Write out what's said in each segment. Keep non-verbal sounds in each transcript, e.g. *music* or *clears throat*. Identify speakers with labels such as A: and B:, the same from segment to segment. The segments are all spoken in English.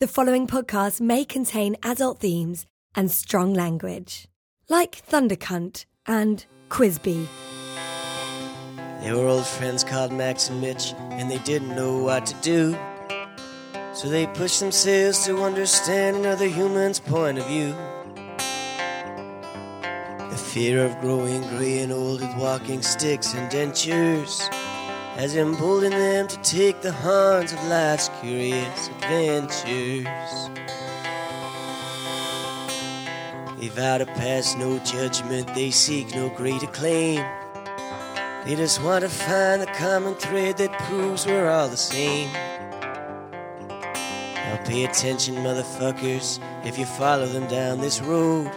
A: The following podcast may contain adult themes and strong language, like Thundercunt and Quizby.
B: They were old friends called Max and Mitch, and they didn't know what to do. So they pushed themselves to understand another human's point of view. The fear of growing gray and old with walking sticks and dentures has emboldened them to take the horns of life's curious adventures. They vow to pass no judgment, they seek no great acclaim. They just want to find the common thread that proves we're all the same. Now pay attention, motherfuckers, if you follow them down this road.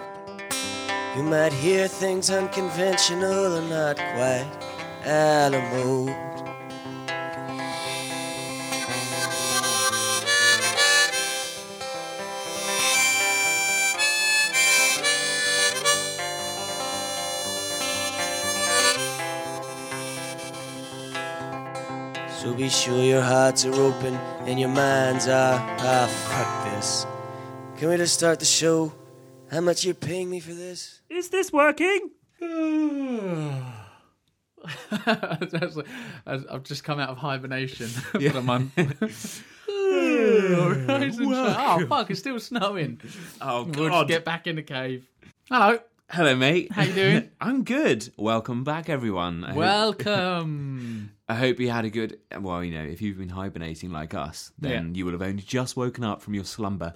B: You might hear things unconventional and not quite out of mode. So be sure your hearts are open and your minds are. Ah, fuck this. Can we just start the show? How much you paying me for this?
C: Is this working?
D: That's- I've I've just come out of hibernation, *laughs* but I'm. on- oh fuck! It's still snowing.
E: Oh
D: We'll just
E: God!
D: get back in the cave. Hello,
E: Hello, mate.
D: how you doing?
E: *laughs* I'm good. Welcome back, everyone. I hope-
D: Welcome. *laughs*
E: I hope you had a good. Well, you know, if you've been hibernating like us, then
D: Yeah.
E: you will have only just woken up from your
D: *laughs*
E: slumber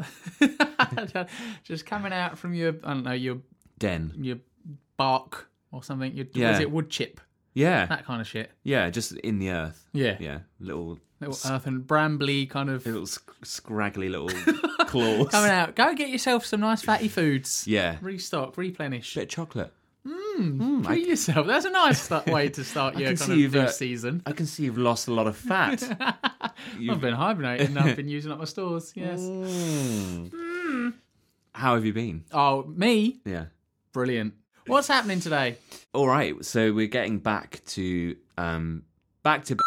D: just coming out from your, I don't know, your
E: den.
D: your bark or something. Your,
E: Yeah.
D: Was it wood chip?
E: Yeah,
D: That kind of shit.
E: yeah, just in the earth.
D: Yeah.
E: yeah, little,
D: Little earth and brambly kind of
E: little sc- scraggly
D: *laughs*
E: little claws.
D: coming out. Go get yourself some nice fatty foods.
E: Yeah,
D: Restock, replenish.
E: bit of chocolate.
D: Treat yourself. That's a nice st- way to
E: *laughs*
D: start your
E: can
D: kind
E: see
D: of
E: you've,
D: new
E: uh,
D: season.
E: I can see you've lost a lot
D: *laughs*
E: of fat.
D: I've been hibernating. I've been using up my stores. Yes.
E: Hmm.
D: Hmm.
E: How have you been?
D: *laughs* Oh, me?
E: Yeah.
D: Brilliant. What's happening today?
E: All right. So we're getting back to um back to.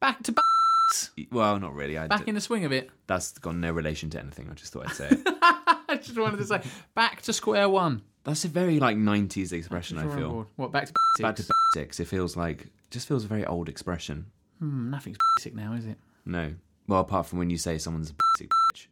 D: Back to b-
E: Well, not really. I
D: back in the swing of it. *laughs*
E: That's got no relation to anything. I just thought I'd say it.
D: I just wanted to say back to square one.
E: That's a very like '90s expression. I
D: Drawing
E: feel
D: board. What back to b-
E: back to basics. It feels like just feels a very old expression.
D: Hmm, nothing's basic now, is it?
E: No, well, apart from when you say someone's a basic bitch.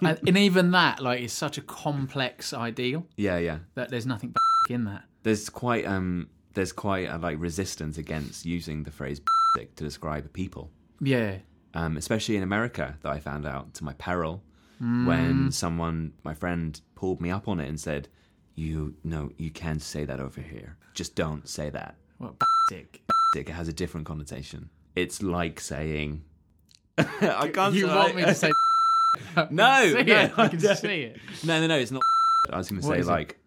D: *laughs* and, and even that, like, is such a complex ideal
E: Yeah, yeah.
D: that there's nothing basic in that.
E: There's quite um, there's quite a like resistance against using the phrase basic to describe people,
D: Yeah.
E: um, especially in America. That I found out to my peril when
D: Mm.
E: someone, my friend, pulled me up on it and said, "You no, you can say that over here. Just don't say that."
D: What basic?
E: dick has a different connotation. It's like saying, *laughs* "I can't."
D: You
E: say-
D: want me to say? *laughs* no.
E: No,
D: see
E: no,
D: it. I can
E: no.
D: see it.
E: *laughs* No, no, no. It's not. I was going to
D: What
E: say
D: is it?
E: like,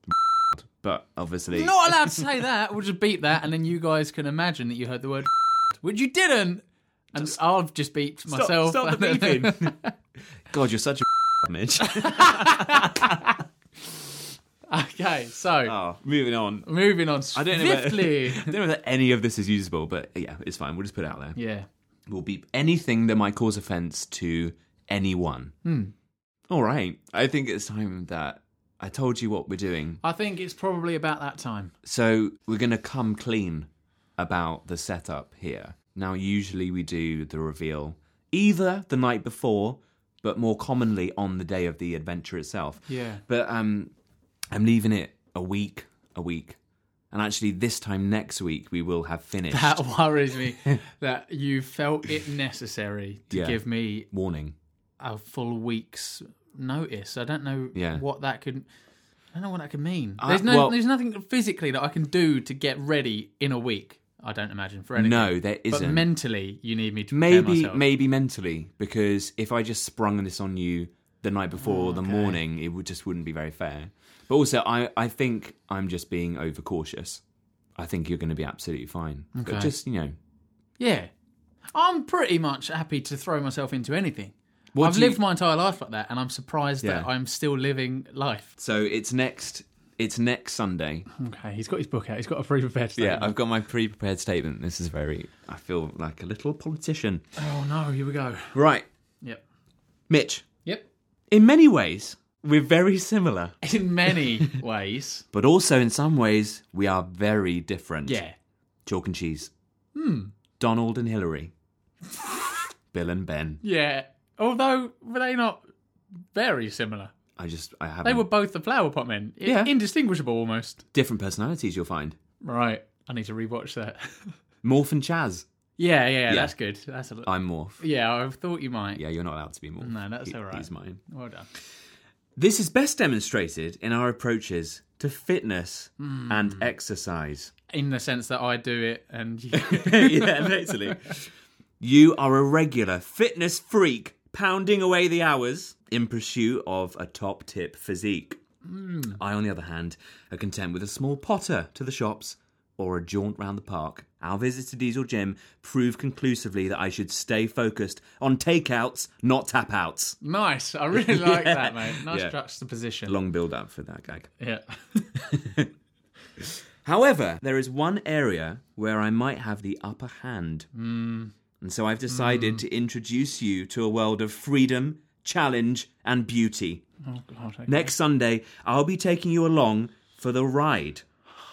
E: *laughs* but obviously,
D: You're not allowed to say that. We'll just beat that, and then you guys can imagine that you heard the word, *laughs* which you didn't. And I've just beeped myself.
E: stop
D: *laughs*
E: the beeping. God, you're such a *laughs* Mitch.
D: okay, so
E: oh, moving on.
D: moving on
E: I don't know. whether-
D: swiftly.
E: *laughs* I don't know that any of this is usable, but yeah, it's fine. We'll just put it out there.
D: yeah,
E: We'll beep anything that might cause offence to anyone.
D: Hmm.
E: All right. I think it's time that I told you what we're doing.
D: I think it's probably about that time.
E: So we're going to come clean about the setup here. Now, usually we do the reveal either the night before, but more commonly on the day of the adventure itself.
D: Yeah.
E: But um, I'm leaving it a week, a week. And actually, this time next week, we will have finished.
D: That *laughs* worries
E: *laughs*
D: me that you felt it necessary to
E: Yeah.
D: give me
E: Warning.
D: a full week's notice. I don't know
E: Yeah.
D: what that could. I don't know what that could mean.
E: Uh,
D: there's no,
E: well-
D: there's nothing physically that I can do to get ready in a week. I don't imagine for anything.
E: No, there
D: but
E: isn't.
D: mentally, you need me to prepare
E: Maybe,
D: myself.
E: maybe mentally, because if I just sprung this on you the night before or the morning, it would just wouldn't be very fair. But also, I, I think I'm just being overcautious. I think you're going to be absolutely fine.
D: Okay.
E: But just you know,
D: Yeah. I'm pretty much happy to throw myself into anything.
E: What
D: I've
E: do you-
D: lived my entire life like that, and I'm surprised that
E: Yeah.
D: I'm still living life.
E: So it's next. It's next Sunday.
D: *laughs* Okay, he's got his book out. He's got a free prepared
E: Yeah, I've got my pre-prepared statement. This is very. I feel like a little politician.
D: Oh no, here we go.
E: Right.
D: Yep.
E: Mitch,
D: Yep. *laughs*
E: in many ways, we're very similar,
D: In
E: *laughs*
D: many ways.
E: but also in some ways, we are very different.
D: Yeah.
E: Chalk and cheese.
D: Hmm.
E: Donald and Hillary. Bill and Ben.
D: Yeah. Although, were they not very similar?
E: I just, I haven't.
D: They were both the flower pot men. I-
E: Yeah.
D: Indistinguishable almost.
E: different personalities, you'll find.
D: Right. I need to rewatch that. *laughs*
E: Morph and Chaz.
D: yeah, yeah,
E: Yeah.
D: that's good. That's a
E: I'm Morph.
D: Yeah, I thought you might.
E: Yeah, you're not allowed to be Morph.
D: No, that's all right.
E: He's mine.
D: Well done.
E: This is best demonstrated in our approaches to fitness
D: Hmm.
E: and exercise.
D: In the sense that I do it and
E: *laughs*
D: you. *laughs*
E: yeah, literally. You are a regular fitness freak pounding away the hours in pursuit of a top tip physique. I, on the other hand, are content with a small potter to the shops or a jaunt round the park. Our visits to Diesel Gym prove conclusively that I should stay focused on takeouts, not tap outs.
D: nice. I really like
E: Yeah.
D: that, mate. Nice
E: Yeah.
D: juxtaposition.
E: Long build up for that gag.
D: yeah. *laughs*
E: However, there is one area where I might have the upper hand.
D: Hmm.
E: And so I've decided to introduce you to a world of freedom, challenge, and beauty.
D: oh, God. okay.
E: Next Sunday, I'll be taking you along for the ride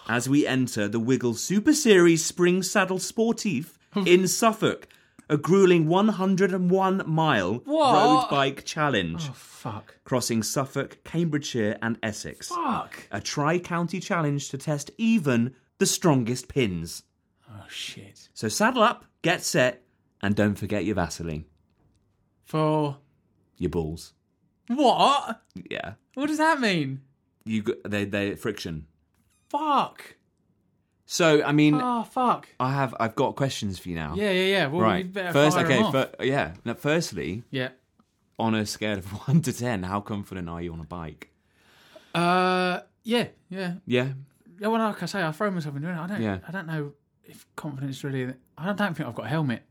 E: as we enter the Wiggle Super Series Spring
D: *laughs*
E: Saddle Sportif in Suffolk, a grueling 101 mile road
D: What?
E: bike challenge,
D: Oh, fuck.
E: crossing Suffolk, Cambridgeshire, and Essex
D: Fuck.
E: a tri county challenge to test even the strongest pins.
D: Oh, shit.
E: So saddle up, get set, and don't forget your Vaseline,
D: For.
E: your balls.
D: What?
E: Yeah,
D: What does that mean?
E: you got they they friction.
D: Fuck.
E: So I mean,
D: Oh, fuck.
E: I have I've got questions for you now.
D: Yeah, yeah, yeah. Well,
E: right.
D: we better
E: First,
D: fire
E: okay.
D: 'em off.
E: fir- yeah. Now, firstly,
D: yeah.
E: on a scale of *laughs* one to ten, how confident are you on a bike?
D: Uh, yeah, yeah.
E: Yeah.
D: Yeah, well, like I say, I throw myself into it. I don't,
E: Yeah.
D: I don't know if confidence really. I don't, don't think I've got a helmet.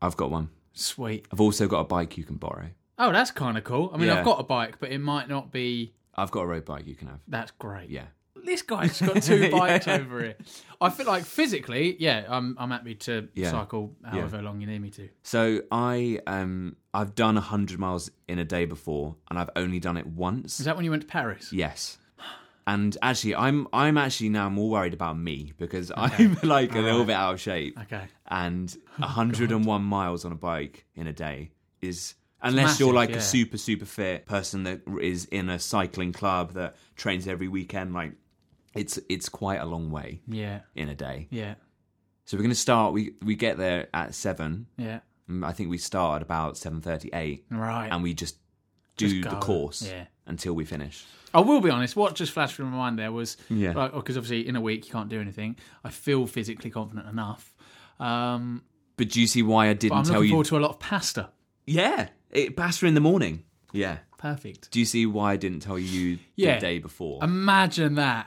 E: I've got one.
D: Sweet.
E: I've also got a bike you can borrow.
D: Oh, that's kind of cool. I mean,
E: Yeah.
D: I've got a bike, but it might not be.
E: I've got a road bike you can have.
D: That's great.
E: Yeah.
D: This guy's
E: *laughs*
D: got two bikes
E: Yeah.
D: over here. I feel like physically, yeah, I'm I'm happy to
E: Yeah.
D: cycle however long you need me to.
E: So I um I've done hundred miles in a day before, and I've only done it once.
D: Is that when you went to Paris?
E: Yes. And actually, I'm I'm actually now more worried about me because I'm *laughs* like a little bit out of shape.
D: Okay. Oh,
E: And 101 miles on a bike in a day is unless you're
D: massive,
E: like
D: yeah.
E: a super super fit person that is in a cycling club that trains every weekend. Like it's it's quite a long way
D: Yeah.
E: in a day.
D: Yeah.
E: So we're gonna start. We we get there at seven.
D: Yeah.
E: Mm, I think we start at about seven thirty eight,
D: Right.
E: and we just do
D: Just
E: the
D: go.
E: course
D: Yeah.
E: until we finish.
D: I will be honest. What just flashed through my mind there was,
E: Yeah.
D: yeah, because obviously in a week you can't do anything. I feel physically confident enough, um,
E: But do you see why I
D: but
E: didn't
D: I'm
E: tell
D: looking
E: you
D: forward to a lot of pasta.
E: Yeah, it pasta in the morning. Yeah.
D: Perfect.
E: Do you see why I didn't tell you
D: Yeah. Um,
E: the day before?
D: Imagine that.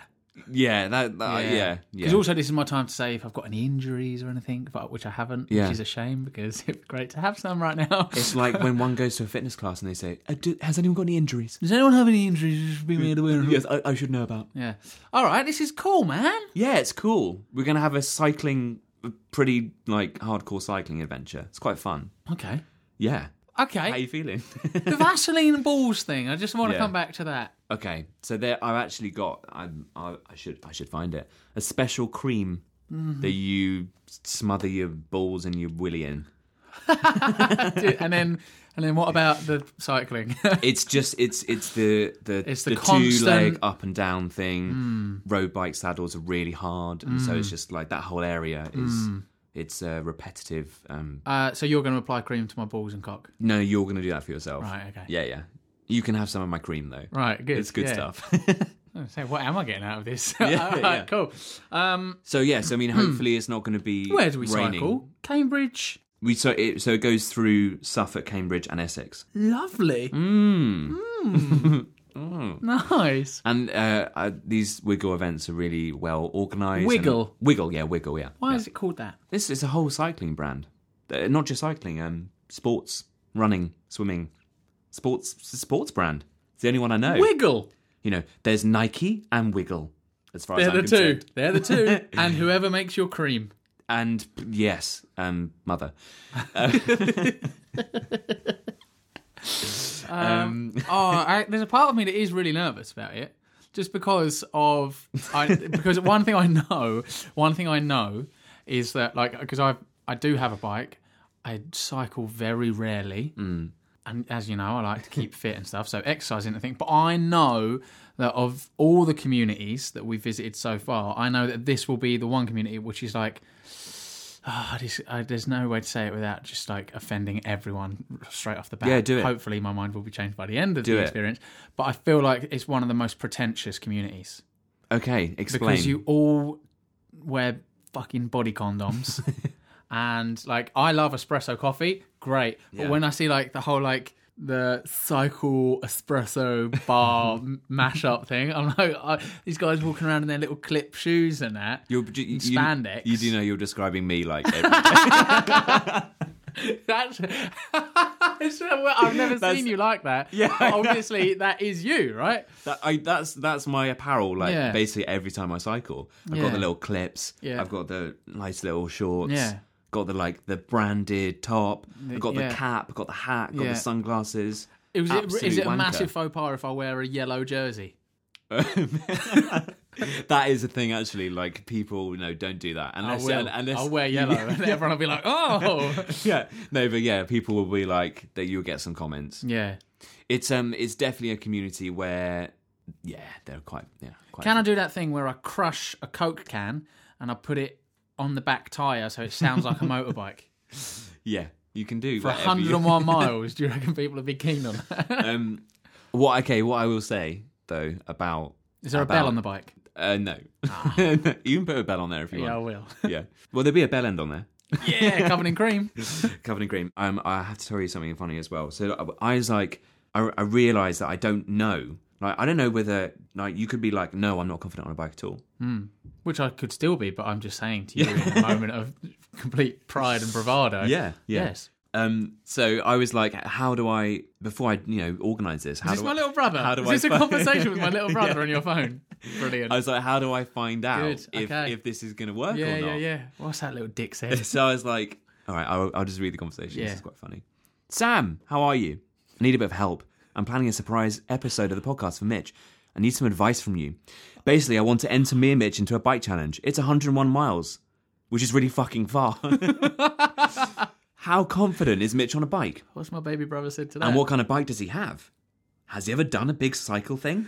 E: yeah, that, that Uh, yeah, yeah.
D: Because also this is my time to say if I've got any injuries or anything, but which I haven't,
E: Yeah.
D: which is a shame because *laughs* it'd be great to have some right now.
E: it's like when one goes to a fitness class and they say, uh, do, "Has anyone got any injuries?"
D: *laughs* Does anyone have any injuries? you should Be made aware. of?
E: yes, I, I should know about.
D: Yeah. All right. This is cool, man.
E: Yeah, it's cool. We're gonna have a cycling, a pretty like hardcore cycling adventure. It's quite fun.
D: Okay.
E: Yeah.
D: Okay.
E: How you feeling? *laughs*
D: The Vaseline balls thing. I just want
E: Yeah.
D: to come back to that.
E: okay, so there I've actually got. i I, I should I should find it. A special cream
D: Mm-hmm.
E: that you smother your balls and your willy in.
D: Do- and then, and then what about the cycling? *laughs*
E: It's just it's it's the the,
D: It's the
E: two leg
D: constant- Mm.
E: up and down thing. Road bike saddles are really hard, and so it's just like that whole area is
D: Mm.
E: it's uh, repetitive. Um,
D: Uh, so you're going to apply cream to my balls and cock.
E: no, you're gonna do that for yourself.
D: Right, okay.
E: Yeah, yeah. You can have some of my cream though.
D: Right, good.
E: It's good
D: yeah.
E: stuff. *laughs*
D: I say, what am I getting out of this? *laughs*
E: Yeah,
D: All right,
E: yeah.
D: cool. Um,
E: so yes, I mean, hopefully it's not going to be
D: where do we
E: raining.
D: cycle? Cambridge.
E: We so it so it goes through Suffolk, Cambridge, and Essex.
D: Mm. Lovely. Mm. Hmm. *laughs* Nice.
E: And uh, uh, these wiggle events are really well organised. and-
D: Wiggle?
E: wiggle, yeah, wiggle, yeah.
D: Why is it called that?
E: This is a whole cycling brand. Uh, Not just cycling, um, sports, running, swimming, sports, s- sports brand. It's the only one I know.
D: Wiggle.
E: you know, there's Nike and Wiggle, as far
D: They're
E: as I'm
D: the two.
E: concerned.
D: They're the two. *laughs* and whoever makes your cream.
E: And p- yes, um, mother.
D: Um,
E: *laughs*
D: oh, I, there's a part of me that is really nervous about it, just because of I, because one thing I know, one thing I know is that like because I I do have a bike, I cycle very rarely,
E: Mm.
D: and as you know, I like to
E: *laughs*
D: keep fit and stuff, so exercise isn't a thing. But I know that of all the communities that we visited so far, I know that this will be the one community which is like. ah, this, I, there's no way to say it without just like offending everyone straight off the bat.
E: Yeah, do it.
D: Hopefully, my mind will be changed by the end of
E: Do
D: the
E: it.
D: experience. But I feel like it's one of the most pretentious communities
E: Okay, explain.
D: because you all wear fucking body
E: *laughs*
D: condoms and like i love espresso coffee great but
E: Yeah.
D: when i see like the whole like the cycle espresso
E: *laughs*
D: bar m- mashup thing i'm like I, these guys walking around in their little clip shoes and that
E: You're, you, you,
D: spandex.
E: You do know you're describing me like every day.
D: *laughs* that's *laughs* It's- well, i've never
E: That's-
D: seen you like that
E: Yeah, I
D: But
E: know.
D: obviously that is you right
E: that, I, that's that's my apparel. Like
D: Yeah.
E: basically every time I cycle, I've
D: Yeah.
E: got the little clips.
D: Yeah.
E: I've got the nice little shorts.
D: Yeah.
E: Got the like the branded top. I've got
D: yeah.
E: the cap. Got the hat. Got
D: Yeah.
E: the sunglasses.
D: it was it,
E: Absolute
D: is it a
E: wanker.
D: massive faux pas if i wear a yellow jersey
E: that is a thing actually. Like people, you know, don't do that
D: I
E: unless
D: will.
E: unless
D: I'll
E: *laughs*
D: wear yellow, and everyone will be like, "Oh,
E: yeah, no, but yeah, people will be like that. You'll get some comments.
D: yeah."
E: It's um, it's definitely a community where, yeah, they're quite yeah. Quite
D: Can I do that thing where I crush a Coke can and I put it on the back tyre so it sounds
E: *laughs*
D: like a motorbike?
E: Yeah, you can do
D: For
E: whatever you- *laughs*
D: 101 miles, do you reckon people would be keen on that?
E: um, what? Okay, what I will say though about
D: Is there a bell
E: about-
D: on the bike?
E: Uh, no, *laughs* you can put a bell on there if you
D: Ah. Yeah, I
E: want. *laughs*
D: will.
E: Yeah, well, there'll be a bell end on there. *laughs*
D: yeah, *laughs* covered in cream.
E: covered in cream. Um, I have to tell you something funny as well. So I was like, I, I realized that I don't know. Like, I don't know whether like you could be like, no, I'm not confident on a bike at all.
D: Which I could still be, but I'm just saying to you
E: *laughs*
D: in a moment of complete pride and bravado.
E: Yeah, yeah.
D: Yes.
E: Um, so I was like, how do I before I you know organize this? How
D: Is this
E: do
D: my
E: I,
D: little brother?
E: How do
D: Is
E: I
D: this a
E: find-
D: conversation
E: *laughs*
D: with my little brother on your phone? Brilliant.
E: I was like, how do I find out
D: Good,
E: if
D: okay.
E: if this is gonna work
D: yeah,
E: or not?
D: yeah, yeah. What's that little dick
E: *laughs*
D: said?
E: So I was like, all right, I'll, I'll just read the conversation.
D: Yeah.
E: This is quite funny. Sam, how are you? I need a bit of help. I'm planning a surprise episode of the podcast for Mitch. I need some advice from you. Basically, I want to enter me and Mitch into a bike challenge. It's 101 miles, which is really fucking far. *laughs* how confident is Mitch on a bike?
D: What's my baby brother said to that? *laughs*
E: And what kind of bike does he have? Has he ever done a big
D: *laughs*
E: cycle thing?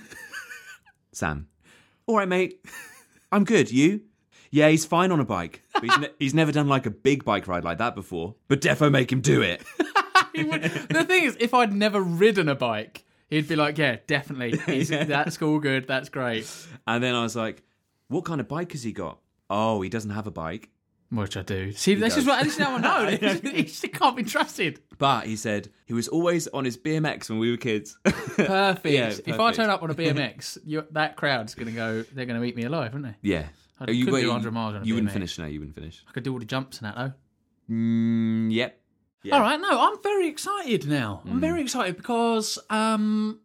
E: Sam. All right, mate. I'm good. You? Yeah, he's fine on a bike. But he's, ne- he's never done like a big bike ride like that before. But defo make him
D: *laughs*
E: do it.
D: He would- the thing is, if I'd never ridden a bike, he'd be like, "Yeah, definitely,
E: *laughs*
D: He's- that's all good. That's great."
E: And then I was like, what kind of bike has he got? Oh, he doesn't have a bike.
D: Which I do. See, this is
E: does.
D: what this is
E: *laughs*
D: how I know. *laughs* he just can't be trusted.
E: But he said he was always on his BMX when we were kids. *laughs*
D: Perfect.
E: Yeah,
D: If I
E: perfect.
D: turn up
E: *laughs*
D: on a BMX, you that crowd's gonna go. They're gonna eat me alive, aren't they?
E: yeah.
D: I
E: Oh,
D: could
E: wait,
D: do 100 miles on a
E: You wouldn't
D: BMX.
E: finish, no, you wouldn't finish.
D: I could do all the jumps and that though.
E: Mm, yep. Yeah. Mm.
D: All right, no, I'm very excited now. I'm very excited because um,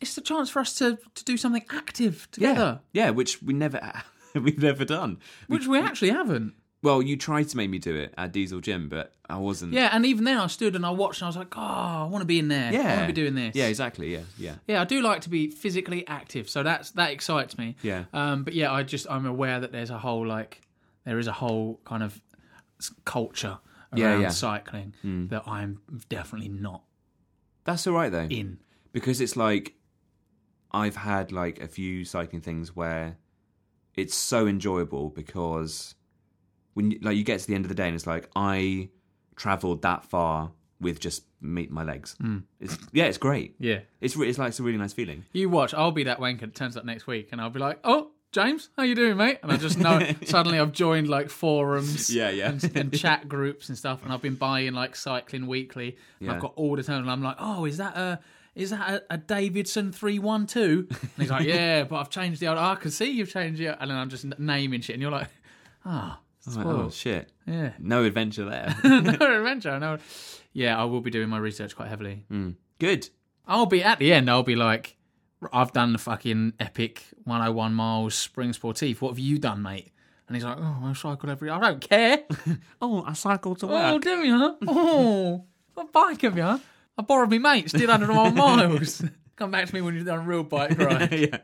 D: it's the chance for us to to do something active together,
E: Yeah. Yeah, which we never, *laughs* we've never done.
D: which we actually haven't.
E: Well, you tried to make me do it at Diesel Gym, but I wasn't.
D: Yeah, and even then, I stood and I watched, and I was like, "Oh, I want to be in there. I want to be doing this."
E: Yeah, exactly. Yeah, yeah.
D: Yeah, I do like to be physically active, so that's that excites me.
E: Yeah.
D: Um, but yeah, I just I'm aware that there's a whole like there is a whole kind of s- culture around
E: Yeah, Mm. yeah.
D: cycling that I'm definitely not
E: That's all right though,
D: in.
E: because it's like I've had like a few cycling things where it's so enjoyable because when you, like you get to the end of the day and it's like I travelled that far with just me, my legs. Mm. It's, yeah, it's great.
D: Yeah.
E: It's re- it's like it's a really nice feeling.
D: You watch, I'll be that wanker that turns up next week, and I'll be like, "Oh, James, how you doing, mate?" And I just
E: *laughs*
D: know suddenly I've joined like forums,
E: Yeah, yeah.
D: and, and chat groups and stuff, and I've been buying like Cycling Weekly, and I've
E: Yeah.
D: got all the time, and I'm like, "Oh, is that a?" Is that a, a Davidson three one two? And he's
E: *laughs*
D: like, yeah, but I've changed the old. "Oh, I can see you've changed it, and then I'm just n- naming shit, and you're like, *laughs* ah,
E: I'm like,
D: Well,
E: oh shit,
D: yeah, *laughs*
E: no adventure there.
D: no adventure. No, yeah, I will be doing my research quite heavily.
E: Good.
D: I'll be at the end. I'll be like, I've done the fucking epic 101 miles spring sportif. What have you done, mate? And he's like, Oh, I cycled every. I don't
E: *laughs*
D: care.
E: Oh, I cycled to
D: oh, do you? Oh, what bike have you? I I borrowed me mates, did 101 miles. *laughs* Come back to me when you've done a real
E: *laughs*
D: bike ride.
E: yeah.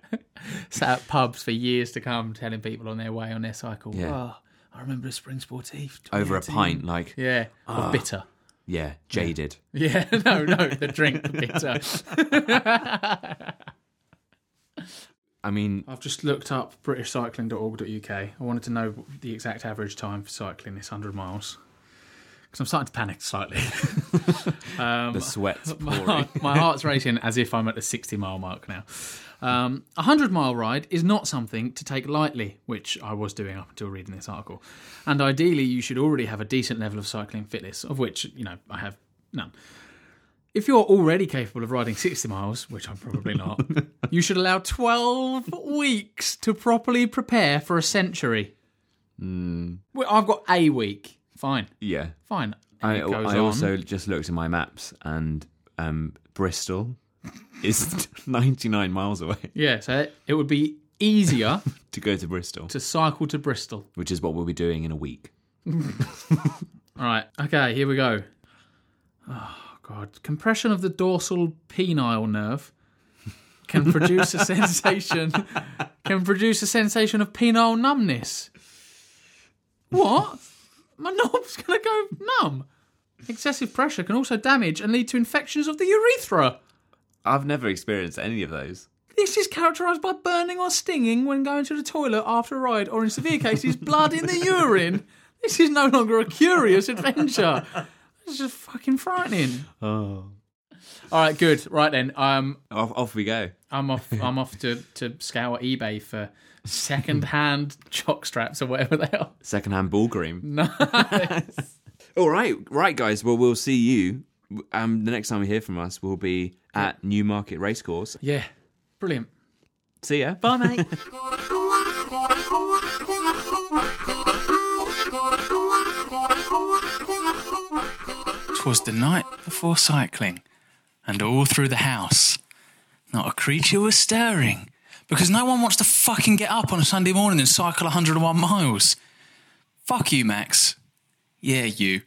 D: Sat at pubs for years to come, telling people on their way on their cycle.
E: Yeah.
D: Oh, I remember a spring sportif.
E: Over a pint, Ah. like yeah,
D: Yeah, or bitter. *laughs*
E: jaded.
D: Yeah, no, no, the drink the bitter.
E: *laughs* I mean,
D: I've just looked up britishcycling.org.uk. I wanted to know the exact average time for cycling this 100 miles. Because I'm starting to panic slightly.
E: the sweat's
D: *laughs* my,
E: pouring.
D: heart- my heart's racing as if I'm at the 60 mile mark now. Um, a 100 mile ride is not something to take lightly, which I was doing up until reading this article. And ideally, you should already have a decent level of cycling fitness, of which, you know, I have none. If you're already capable of riding 60 miles, which I'm probably
E: *laughs*
D: not, you should allow 12 weeks to properly prepare for a century.
E: Hmm.
D: Well, I've got a week. Fine,
E: *laughs* yeah.
D: fine. And
E: I,
D: it goes
E: I
D: on.
E: also just looked at my maps and um, Bristol is *laughs* 99 miles away
D: Yeah, so it would be
E: *laughs*
D: easier
E: to go to Bristol,
D: to cycle to Bristol.
E: which is what we'll be doing in a week.
D: All right. Okay, here we go. Oh, God. Compression of the dorsal penile nerve can produce a sensation can produce a sensation of penile numbness. What? My knob's going to go numb. Excessive pressure can also damage and lead to infections of the urethra.
E: I've never experienced any of those.
D: This is characterised by burning or stinging when going to the toilet after a ride, or in severe *laughs* cases, blood in the urine. This is no longer a curious adventure. This is fucking frightening.
E: Oh.
D: All right, good. Right then, um,
E: Off, off we go.
D: I'm off. I'm off to to scour eBay for second-hand *laughs* jock straps or whatever they are.
E: Secondhand
D: *laughs*
E: ball cream. No. *laughs* All right, right, guys. Well, we'll see you. Um, the next time you hear from us will be at Newmarket Racecourse.
D: Yeah, brilliant.
E: See ya. *laughs* Bye, mate.
D: Twas the night before cycling, and all through the house, not a creature was stirring, because no one wants to fucking get up on a Sunday morning and cycle 101 miles. Fuck you, Max. Yeah, you.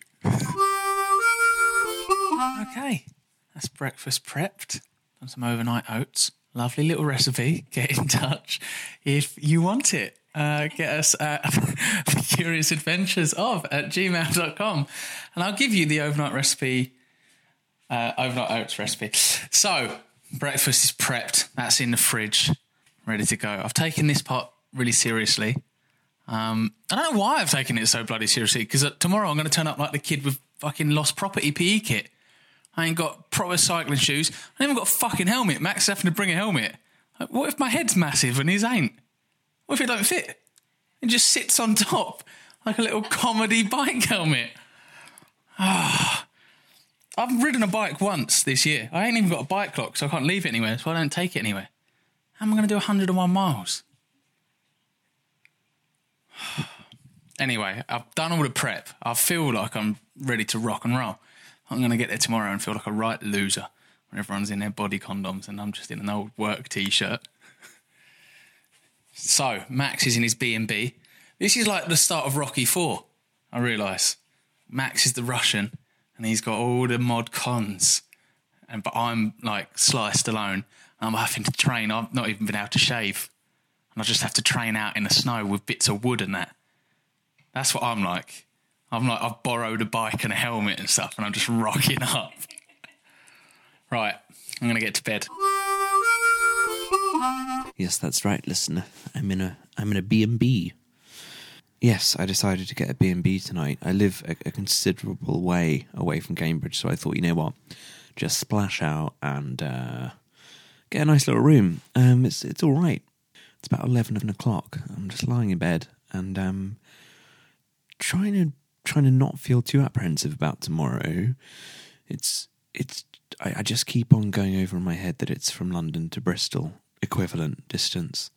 D: Okay, that's breakfast prepped. Done some overnight oats. Lovely little recipe. Get in touch if you want it. Uh, *laughs* get us at curiousadventuresof at gmail.com and I'll give you the overnight recipe, uh, overnight oats recipe. So, breakfast is prepped. That's in the fridge, ready to go. I've taken this part really seriously. Um, I don't know why I've taken it so bloody seriously because tomorrow I'm going to turn up like the kid with fucking lost property PE kit. I ain't got proper cycling shoes. I ain't even got a fucking helmet. Max having to bring a helmet. Like, What if my head's massive and his ain't? What if it don't fit? It just sits on top like a little comedy bike helmet. Ah, I've ridden a bike once this year. I ain't even got a bike lock, so I can't leave it anywhere, so I don't take it anywhere. How am I going to do 101 miles? anyway, I've done all the prep. I feel like I'm ready to rock and roll. I'm going to get there tomorrow and feel like a right loser when everyone's in their body condoms and I'm just in an old work t-shirt. so Max is in his B&B. This is like the start of Rocky 4, I realise. Max is the Russian and he's got all the mod cons. And but I'm like sliced alone. I'm having to train. I've not even been able to shave. And I just have to train out in the snow with bits of wood and that. That's what I'm like. I'm like, I've borrowed a bike and a helmet and stuff, and I'm just rocking up. right, I'm going to get to bed.
F: Yes, that's right, listener. I'm in a I'm in a B&B. Yes, I decided to get a B&B tonight. I live a, a considerable way away from Cambridge, so I thought, you know what? Just splash out and uh, get a nice little room. Um, it's it's all right. It's about 11 o'clock. I'm just lying in bed and um, trying to trying to not feel too apprehensive about tomorrow. It's it's I, I just keep on going over in my head that it's from London to Bristol equivalent distance,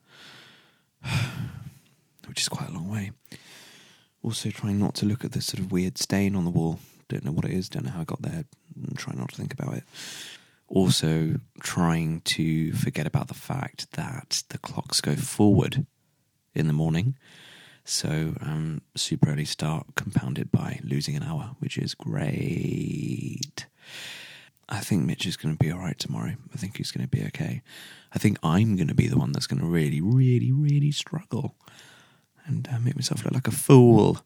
F: *sighs* which is quite a long way. Also, trying not to look at this sort of weird stain on the wall. Don't know what it is. Don't know how I got there. I'm trying not to think about it. Also, trying to forget about the fact that the clocks go forward in the morning. So, um, super early start compounded by losing an hour, which is great. I think Mitch is going to be all right tomorrow. I think he's going to be okay. I think I'm going to be the one that's going to really, really, really struggle and uh, make myself look like a fool.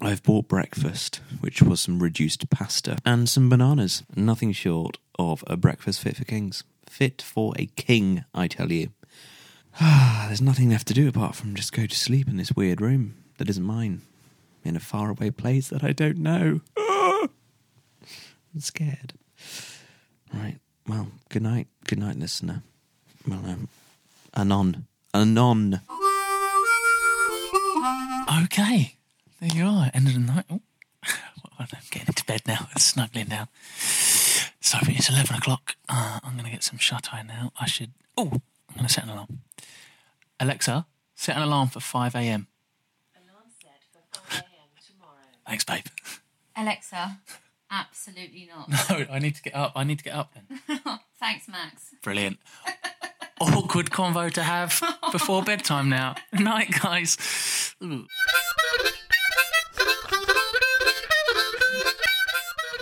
F: I've bought breakfast, which was some reduced pasta and some bananas. Nothing short of a breakfast fit for kings. Fit for a king, I tell you. Ah, There's nothing left to do apart from just go to sleep in this weird room that isn't mine, in a faraway place that I don't know. *sighs* I'm scared. Right. Well, good night. Good night, listener. Well, um, anon. Anon.
G: Okay, there you are. End of the night. Oh, *laughs* I'm getting into bed now. *laughs* It's snuggling down. So it's eleven o'clock. Uh, I'm going to get some shut eye now. I should. Oh, I'm going to set an alarm. Alexa, set an alarm for five a.m.
H: Alarm set for 5 a.m. tomorrow.
G: Thanks, babe. *laughs*
H: Alexa, absolutely not.
D: *laughs*
G: No, I need to get up. I need to get up then.
H: Thanks, Max.
G: Brilliant. Awkward convo to have before bedtime now. Night, guys. Ooh.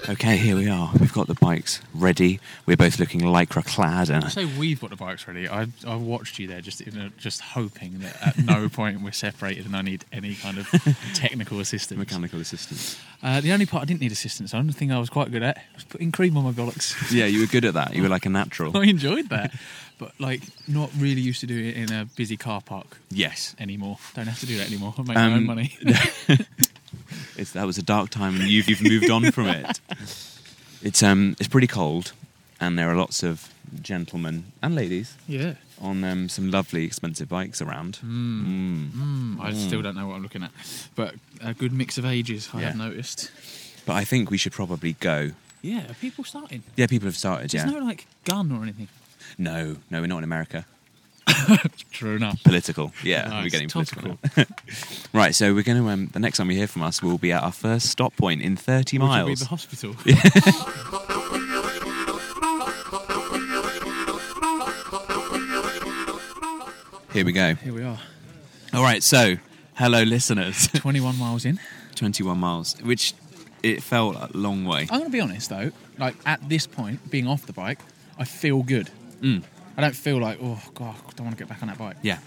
F: Okay, here we are. We've got the bikes ready. We're both looking lycra clad,
D: I
F: and
D: say we've got the bikes ready. I I watched you there, just in a, just hoping that at
G: *laughs*
D: no point we're separated and I need any kind of technical assistance.
F: mechanical assistance.
D: Uh, the only part I didn't need assistance on, the thing I was quite good at, was putting cream on my bollocks. *laughs*
F: Yeah, you were good at that. You were like a natural.
D: I enjoyed
G: *laughs*
D: that, but like not really used to doing it in a busy car park
F: Yes,
D: anymore. Don't have to do that anymore. I make my
F: Um,
D: own
G: *laughs*
D: money.
F: it's, that was a dark time, and you've, you've moved on
D: *laughs*
F: from it. It's um, it's pretty cold, and there are lots of gentlemen and ladies
D: yeah,
F: on um, some lovely expensive bikes around.
D: Mm, I still don't know what I'm looking at, but a good mix of ages. I have
F: Yeah.
D: noticed.
F: But I think we should probably go.
D: Yeah, are people starting.
F: Yeah, people have started. Yeah,
D: There's no like gun or anything.
F: no, no, we're not in America.
D: True enough.
F: political. Yeah,
D: Nice.
F: we're getting
D: Topical.
F: political. *laughs* now. right, so we're going to. Um, the next time you hear from us, we'll be at our first stop point in 30
D: Which will be
F: miles.
D: the hospital.
F: Here we go.
D: Here we are.
F: All right, so hello, listeners. *laughs*
D: 21 miles in.
F: 21 miles, which it felt a long way.
D: I'm going to be honest though, like at this point, being off the bike, I feel good.
F: Mm.
D: I don't feel like, oh God, I don't want to get back on that bike.
F: Yeah,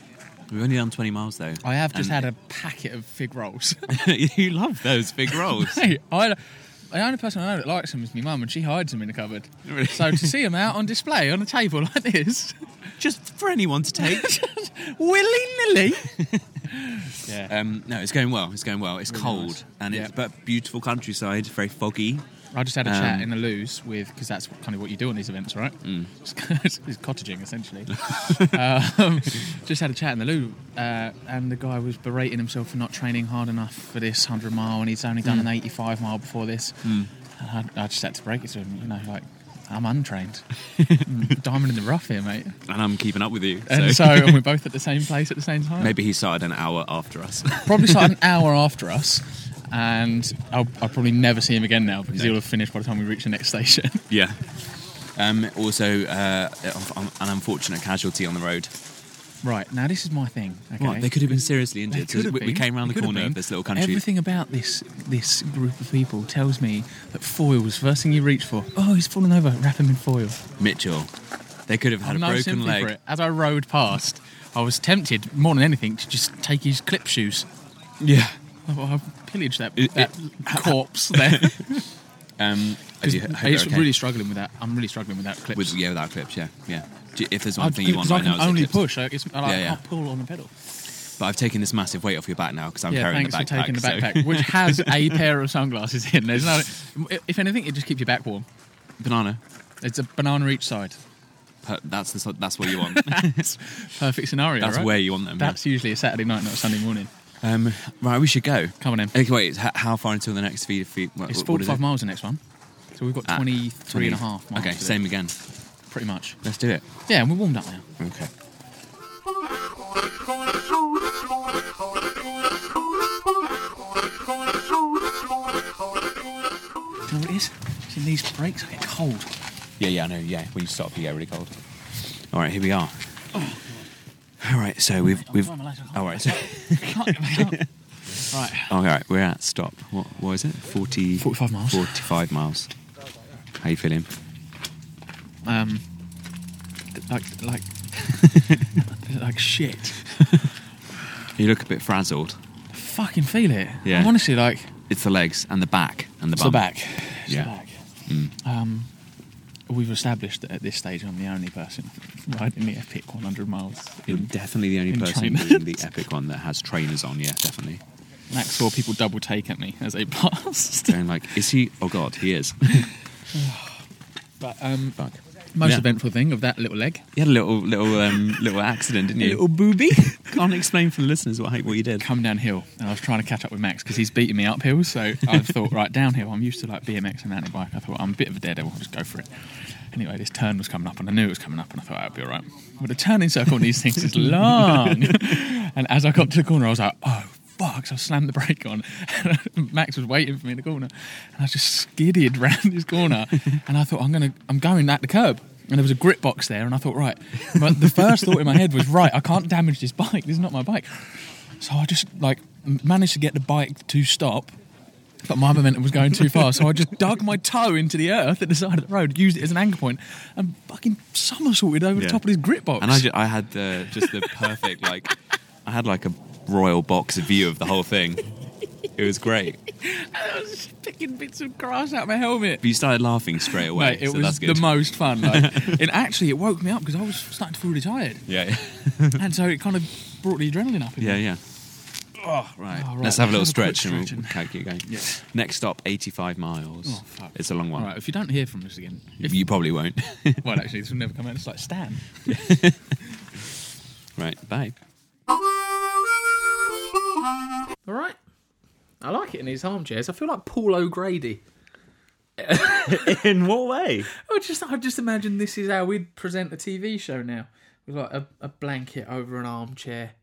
F: we've only done 20 miles though.
D: I have just
F: And-
D: had a packet of fig
F: *laughs*
D: rolls.
F: you love those
D: *laughs*
F: big rolls.
D: Hey, I, the only person I know that likes them is my mum, and she hides them in the cupboard.
F: Really?
D: So to see them out on display on a table *laughs* like this,
F: just for anyone to take.
D: willy nilly. yeah.
F: *laughs* Um, no, it's going well. It's going well. It's cold
D: nice.
F: and it's
D: Yeah.
F: but beautiful countryside, very foggy.
D: I just had a chat
F: um,
D: in the loos with, because that's kind of what you do on these events, right? Mm. it's *laughs* it's cottaging, essentially. *laughs* um, just had a chat in the loo, uh, and the guy was berating himself for not training hard enough for this 100 mile, and he's only done an 85 mile before this. And I, I just had to break it to him, you know, like, I'm untrained. Mm, Diamond in the rough here, mate.
F: And I'm keeping up with you.
D: And so, and we're both at the same place at the same time.
F: maybe he started an hour after us. *laughs*
D: Probably started an hour after us, and I'll, I'll probably never see him again now because he'll have finished by the time we reach the next station.
F: Yeah. Um, also, uh, an unfortunate casualty on the road.
D: right now, this is my thing. Okay?
F: What? They could have been seriously injured. So
D: Could have
F: we, we
D: been.
F: came round the
D: Could have
F: corner
D: been.
F: of this little country.
D: Everything about this this group of people tells me that foil's the first thing you reach for. Oh, he's fallen over. Wrap him in foil.
F: Mitchell. They could have had a
D: no
F: broken
D: sympathy for
F: leg.
D: it. As I rode past, I was tempted more than anything to just take his clip shoes.
F: Yeah.
D: Oh, I'll pillage that,
F: It-
D: that corpse there.
F: uh, *laughs* Um, I do, hope
D: I'm
F: they're okay.
D: really struggling with that. I'm really struggling with that clip.
F: With, yeah, without clips, yeah. yeah. Do- If there's one
D: I,
F: thing you want right
D: I
F: now,
D: can
F: it's the
D: only
F: clips.
D: push. Like, it's, I like,
F: Yeah, yeah.
D: can't pull on the pedal.
F: But I've taken this massive weight off your back now because I'm
D: yeah,
F: carrying
D: thanks
F: the backpack.
D: for taking the
F: so-
D: backpack,
F: *laughs*
D: which has a pair of sunglasses in. There's no, if anything, it just keeps your back warm.
F: Banana.
D: It's a banana each side.
F: *laughs* Per- That's the, sort- that's what you
D: *laughs*
F: want.
D: Perfect scenario.
F: that's
D: right?
F: where you want them. yeah.
D: That's usually a Saturday night, not a Sunday morning.
F: Um, right, we should go.
D: Come on in.
F: Okay, wait. h- How far until the next feed? feed what,
D: It's
F: what is
D: 45
F: it?
D: miles the next one. So we've got
F: Ah,
D: 23 and a
F: 20.
D: half miles.
F: Okay,
D: to do,
F: same again.
D: Pretty much.
F: Let's do it.
D: Yeah, and we're warmed up now.
F: Okay.
D: Do you know what it is? It's in these breaks, I get cold.
F: Yeah, yeah, I know. Yeah, when you stop, you get really cold. All right, here we are. Oh, All right, so we've
D: I'm
F: we've.
D: sorry, my legs are hot.
F: All right, so
D: I can't get
F: *laughs*
D: back up. right.
F: Oh, all right, we're at stop. What what is it? Forty.
D: 45 miles.
F: Forty-five miles. How you feeling?
D: um, th- like
F: *laughs*
D: like like shit.
F: You look a bit frazzled.
D: Fucking feel it.
F: Yeah.
D: I'm honestly like
F: It's the legs and the back and the
D: it's
F: bum.
D: the back. It's
F: Yeah. Mm.
D: The back. Um, we've established that at this stage I'm the only person riding the epic 100 miles.
F: You're definitely the only
D: In
F: person
D: trainers.
F: doing the epic one that has trainers on. Yeah, definitely.
D: Max saw people double take at me as they *laughs* passed.
F: Going like, is he? Oh God, he is. *laughs*
D: But um,
F: Fuck.
D: most
F: Yeah.
D: eventful thing of that little leg,
F: You had a little little um, little accident, didn't you?
D: booby,
F: Can't explain for the listeners what what you did.
D: come downhill, and I was trying to catch up with Max because he's beating me uphill. So I thought, right downhill, I'm used to like BMX and mountain bike. I thought I'm a bit of a daredevil, I'll just go for it. Anyway, this turn was coming up, and I knew it was coming up, and I thought that'd be all right. But the turning circle on these things is long, and as I got to the corner, I was like, oh. Fuck, so I slammed the brake on. *laughs* Max was waiting for me in the corner, and I just skidded round this corner. And I thought, I'm gonna, I'm going at the curb. And there was a grip box there, and I thought, right. My, the first thought in my head was, right, I can't damage this bike. This is not my bike. So I just like m- managed to get the bike to stop, but my momentum was going too far. So I just dug my toe into the earth at the side of the road, used it as an anchor point, and fucking somersaulted over
F: Yeah.
D: the top of this grit box.
F: And I, ju- I had the, just the perfect like, I had like a royal box view of the whole thing. It was great.
D: I was just picking bits of grass out of my helmet.
F: But you started laughing straight away.
D: Mate, it
F: so that's
D: was
F: good.
D: the most fun.
F: *laughs*
D: Like, and actually, it woke me up because I was starting to feel really tired,
F: yeah, *laughs*
D: and so it kind of brought the adrenaline up. in
F: yeah,
D: me.
F: yeah. Oh, right.
D: Oh, right.
F: Let's have a little
D: Let's have a quick
F: stretch, and
D: stretch
F: we'll,
D: and-
F: we'll calculate again. Next stop, 85 miles.
D: Oh, fuck.
F: It's a long
D: All
F: one.
D: right. If you don't hear from us again, if,
F: You probably won't. *laughs*
D: well, actually, this will never come out. It's like Stan.
F: right, bye.
I: All right. I like it in these armchairs. I feel like Paul O'Grady.
E: In what way?
I: I just, I just imagine this is how we'd present a TV show now, with like a, a blanket over an armchair.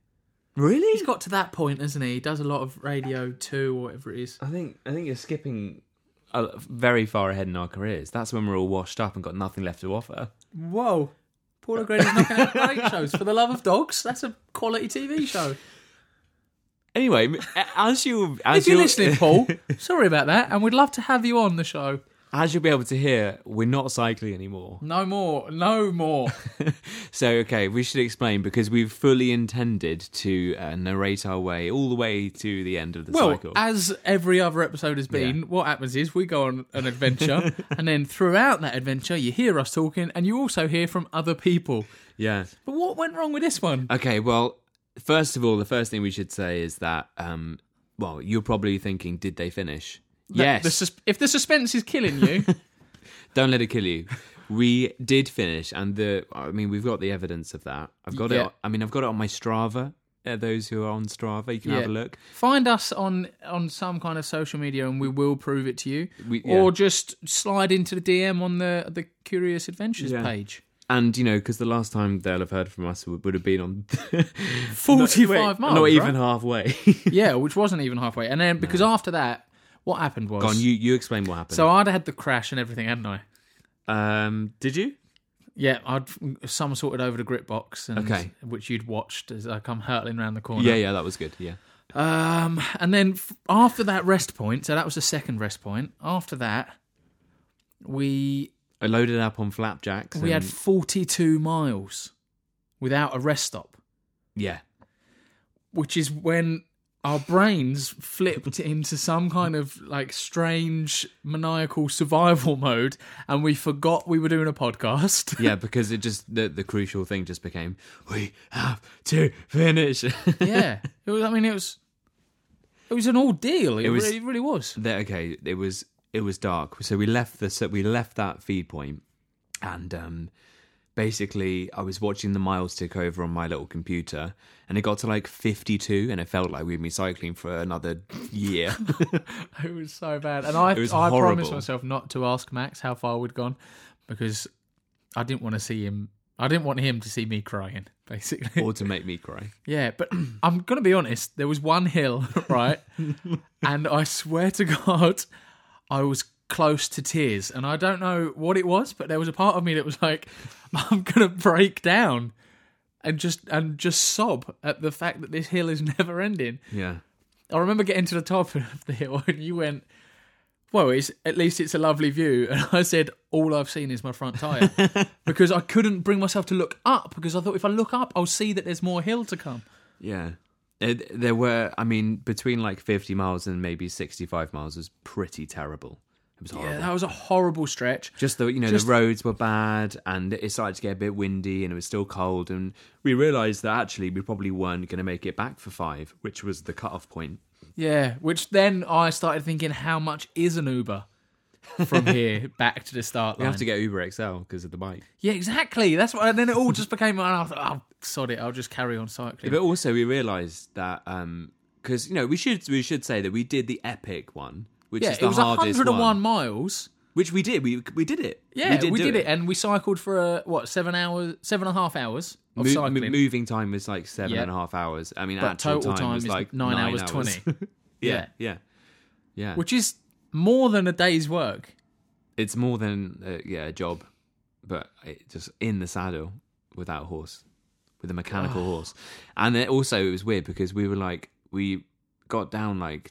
E: Really?
I: He's got to that point, hasn't he? He does a lot of Radio Two or whatever it is.
F: I think
E: I think you're skipping uh, very far ahead in our careers. That's when we're all washed up and got nothing left to offer.
I: Whoa. Paul O'Grady's knocking out great shows. For the love of dogs, that's a quality TV show.
E: Anyway, m- as you as
I: If you're
E: you'll-
I: listening, Paul, sorry about that, and we'd love to have you on the show.
E: *laughs* as you'll be able to hear, we're not cycling anymore.
I: No more, no more.
E: So, okay, we should explain because we've fully intended to uh, narrate our way all the way to the end of the
I: Well,
E: cycle.
I: as every other episode has been, what happens is we go on
E: *laughs*
I: an adventure, and then throughout that adventure, you hear us talking, and you also hear from other people.
E: yeah.
I: But what went wrong with this one?
E: Okay, well, first of all, the first thing we should say is that, um, well, you're probably thinking, did they finish?
I: The-
E: yes.
I: the sus- if the suspense is killing
E: *laughs*
I: you,
E: Don't let it kill you. We did finish, and the I mean, we've got the evidence of that. I've got
I: Yeah.
E: it. I mean, I've got it on my Strava. Uh, those who are on Strava, you can have a
I: Yeah.
E: look.
I: find us on on some kind of social media, and we will prove it to you.
E: We- yeah.
I: Or just slide into the DM on the the Curious Adventures
E: Yeah. *laughs*
I: page.
E: And you know, because the last time they'll have heard from us would, would have been on *laughs*
I: Forty
E: Wait,
I: five miles,
E: not
I: right?
E: even halfway. *laughs*
I: yeah, which wasn't even halfway. And then because after that, what happened was
E: Gone. You you explain what happened.
I: so I'd had the crash and everything, hadn't I?
E: um, did you?
I: Yeah, I'd mm, some sorted over the grip box, and,
E: Okay.
I: which you'd watched as I come hurtling around the corner.
E: Yeah, yeah, that was good. Yeah,
I: Um, and then f- after that rest point, so that was the second rest point. After that, we
E: I loaded up on flapjacks.
I: we had
E: and-
I: forty two miles without a rest stop,
E: yeah.
I: which is when our brains
E: *laughs*
I: flipped into some kind of like strange maniacal survival *laughs* mode, and we forgot we were doing a podcast.
E: Yeah, because it just the, the crucial thing just became we have to finish. *laughs*
I: yeah, it was. I mean, it was. It was an ordeal. It,
E: It was-
I: really, really was.
E: there, okay, it was it was dark. So we left the so we left that feed point, and um, basically I was watching the miles tick over on my little computer, and it got to like fifty two, and it felt like we'd been cycling for another year.
I: *laughs* It was so bad. And I,
E: It was
I: I promised
E: horrible.
I: myself not to ask Max how far we'd gone because I didn't want to see him. I didn't want him to see me crying, basically.
E: or to make me cry.
I: yeah, but *clears throat* I'm going to be honest. There was one hill, *laughs* right? and I swear to God, I was close to tears. And I don't know what it was, but there was a part of me that was like, *laughs* I'm going to break down. And just and just sob at the fact that this hill is *laughs* never ending.
E: Yeah,
I: *laughs* I remember getting to the top of the hill and you went, well, it's at least it's a lovely view. *laughs* And I said, all I've seen is my front tyre because I couldn't bring myself to look up because I thought if I look up, I'll see that there's more hill to come.
E: Yeah. It, Uh, there were, I mean, between like 50 miles and maybe 65 miles was pretty terrible. It was horrible.
I: Yeah, that was a horrible stretch.
E: just the you know
I: Just-
E: the roads were bad and it started to get a bit windy and it was still cold and we realized that actually we probably weren't going to make it back for five which was the cut-off point
I: Yeah, which then I started thinking, how much is an Uber
E: *laughs*
I: from here back to the start
E: we
I: line?
E: have to get uber xl because of the bike
I: yeah, exactly. That's what. And then it all just became. And I thought, oh, sod it. I'll just carry on cycling.
E: but also we realized that um because you know we should we should say that we did the epic one which
I: yeah,
E: is the
I: it was
E: hardest
I: 101
E: one
I: miles.
E: which we did we we did it
I: Yeah, we did,
E: do
I: it. and we cycled for uh, what seven hours, seven and a half hours of
E: Mo- mo-
I: cycling.
E: moving time was like seven
I: Yeah.
E: and a half hours i mean
I: but
E: actual
I: total time,
E: was
I: is
E: like
I: nine, hours, twenty,
E: *laughs* yeah
I: Yeah.
E: yeah yeah
I: which is more than a day's work.
E: it's more than uh, yeah a job, but it just in the saddle without a horse, with a mechanical horse, and then also it was weird because we were like we got down like